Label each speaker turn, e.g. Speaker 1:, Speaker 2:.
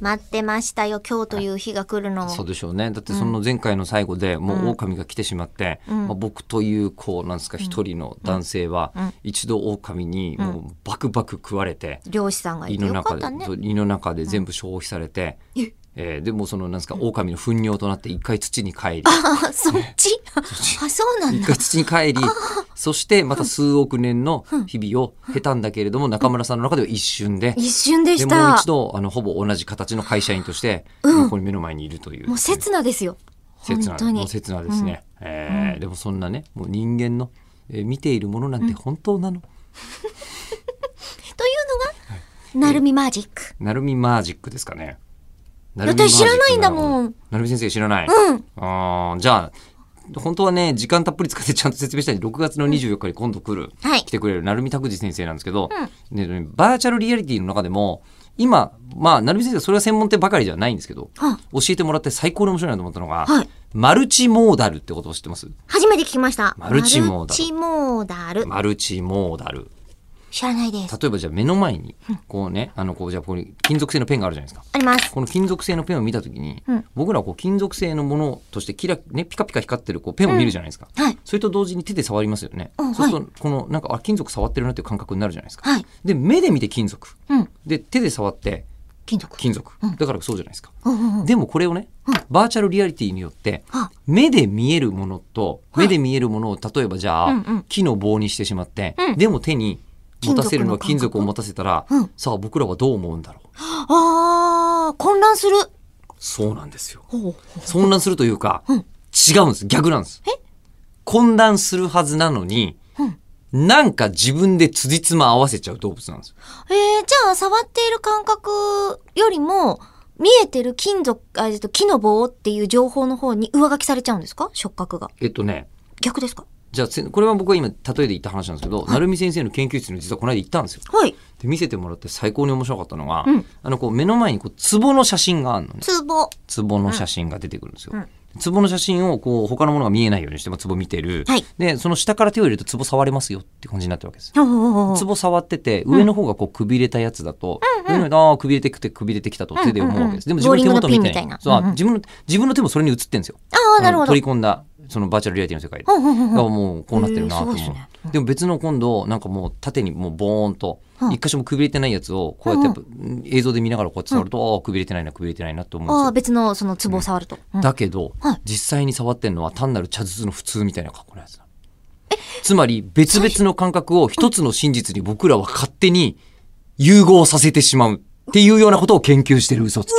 Speaker 1: 待ってましたよ今日という日が来るのを
Speaker 2: そうでしょうねだってその前回の最後でもう狼が来てしまって、まあ、僕というこうなんですか一人の男性は一度狼にもうバクバク食われて
Speaker 1: 漁師さんがい
Speaker 2: 胃
Speaker 1: て
Speaker 2: の
Speaker 1: よかっ
Speaker 2: 中で
Speaker 1: たね
Speaker 2: そう胃の中で全部消費されて、えーでもうそのなんですか狼の糞尿となって一回土に帰り
Speaker 1: あそっち あそうなん
Speaker 2: 一
Speaker 1: だ
Speaker 2: 回土に帰りそしてまた数億年の日々を経たんだけれども中村さんの中では一瞬で。
Speaker 1: 一瞬で
Speaker 2: で
Speaker 1: し
Speaker 2: もう
Speaker 1: た
Speaker 2: 一度あのほぼ同じ形の会社員として、ここに目の前にいるという
Speaker 1: もう刹那ですよ本
Speaker 2: 切な
Speaker 1: 当
Speaker 2: も
Speaker 1: に
Speaker 2: う切なですね、えーでもそんなねもう人間の、えー見ているものなんて本当なの、
Speaker 1: というのが、なるみマジック。
Speaker 2: なるみマジックですかねな
Speaker 1: 私知らないんだもん
Speaker 2: なるみ先生知らない、
Speaker 1: うん
Speaker 2: あーじゃあ本当はね時間たっぷり使ってちゃんと説明したいんで6月の24日に今度来る、
Speaker 1: はい
Speaker 2: 来。てくれるなるみ拓司先生なんですけど、ね、バーチャルリアリティの中でも今まあなるみ先生それは専門店ばかりじゃないんですけど
Speaker 1: は
Speaker 2: 教えてもらって最高に面白いなと思ったのが、
Speaker 1: はい
Speaker 2: マルチモーダルってことを知ってます
Speaker 1: 初めて聞きました。
Speaker 2: マルチモーダル
Speaker 1: マルチモーダル。
Speaker 2: マルチモーダル
Speaker 1: 知らないです。
Speaker 2: 例えばじゃあ目の前にこうねあのこうじゃあここに金属製のペンがあるじゃないですか
Speaker 1: あります。
Speaker 2: この金属製のペンを見た時に、
Speaker 1: うん
Speaker 2: 僕らはこう金属製のものとしてキラ、ね、ピカピカ光ってるこうペンを見るじゃないですか、
Speaker 1: はい。
Speaker 2: それと同時に手で触りますよね、
Speaker 1: うん
Speaker 2: そうするとこのなんかあ金属触ってるなっていう感覚になるじゃないですか、
Speaker 1: はい。
Speaker 2: で目で見て金属
Speaker 1: うん。
Speaker 2: で手で触って
Speaker 1: 金属。
Speaker 2: 金属だからそうじゃないですか、
Speaker 1: うんうんうん。
Speaker 2: でもこれをね、バーチャルリアリティによって
Speaker 1: あ、
Speaker 2: 目で見えるものと
Speaker 1: い
Speaker 2: 目で見えるものを例えばじゃあ、
Speaker 1: うんうん
Speaker 2: 木の棒にしてしまって、
Speaker 1: うん
Speaker 2: でも手に持たせるのは金
Speaker 1: 金
Speaker 2: 属
Speaker 1: 属
Speaker 2: を
Speaker 1: の
Speaker 2: 持たせたら、
Speaker 1: うん
Speaker 2: さあ僕らはどう思うんだろう
Speaker 1: あー、混乱する。
Speaker 2: そうなんですよ
Speaker 1: ほう。
Speaker 2: 混乱するというか、
Speaker 1: うん
Speaker 2: 違うんです逆なんです
Speaker 1: え
Speaker 2: 混乱するはずなのに、なんか自分で辻褄合わせちゃう動物なんですよ
Speaker 1: えー、じゃあ、触っている感覚よりも、見えてる金属、あえっと、木の棒っていう情報の方に上書きされちゃうんですか触覚が。
Speaker 2: えっとね
Speaker 1: 逆ですか
Speaker 2: じゃあせこれは僕は今例えで言った話なんですけど、成美先生の研究室に実はこの間行ったんですよ
Speaker 1: はい。
Speaker 2: で見せてもらって最高に面白かったのが、
Speaker 1: うん
Speaker 2: あのこう目の前にこう壺の写真があるのね
Speaker 1: ツボ。
Speaker 2: 壺の写真が出てくるんですよ、
Speaker 1: うん
Speaker 2: 壺の写真をこう他のものが見えないようにして、まあ、壺見てる、
Speaker 1: はい
Speaker 2: でその下から手を入れると壺触れますよって感じになってるわけですよ
Speaker 1: ほうほうほうほう
Speaker 2: 壺触ってて上の方がこうくびれたやつだと、上の方があーくびれてくてくびれてきたと手で思うわけです、
Speaker 1: うんうんうん
Speaker 2: でも自分の手元
Speaker 1: ボー
Speaker 2: 見
Speaker 1: リングのピンみ
Speaker 2: て
Speaker 1: たいな
Speaker 2: そう
Speaker 1: うんうん
Speaker 2: 自分の自分の手もそれに映ってるんですよ
Speaker 1: あー、なるほど。
Speaker 2: 取り込んだそのバーチャルリアリティの世界で
Speaker 1: ほうほうほうほう
Speaker 2: がもうこうなってるなと思う、
Speaker 1: へーすごいっすね
Speaker 2: でも別の今度なんかもう縦にもうボーンと
Speaker 1: うん
Speaker 2: 一箇所もくびれてないやつをこうやってやっぱ映像で見ながらこうやって触ると、ああくびれてないなくびれてないなって思
Speaker 1: あ
Speaker 2: う
Speaker 1: あ、
Speaker 2: んです
Speaker 1: 別
Speaker 2: よ
Speaker 1: のそのツボを触ると。うん
Speaker 2: だけど、
Speaker 1: はい
Speaker 2: 実際に触ってるのは単なる茶筒の普通みたいな格好のやつなのつまり別々の感覚を一つの真実に僕らは勝手に融合させてしまうっていうようなことを研究してる嘘つき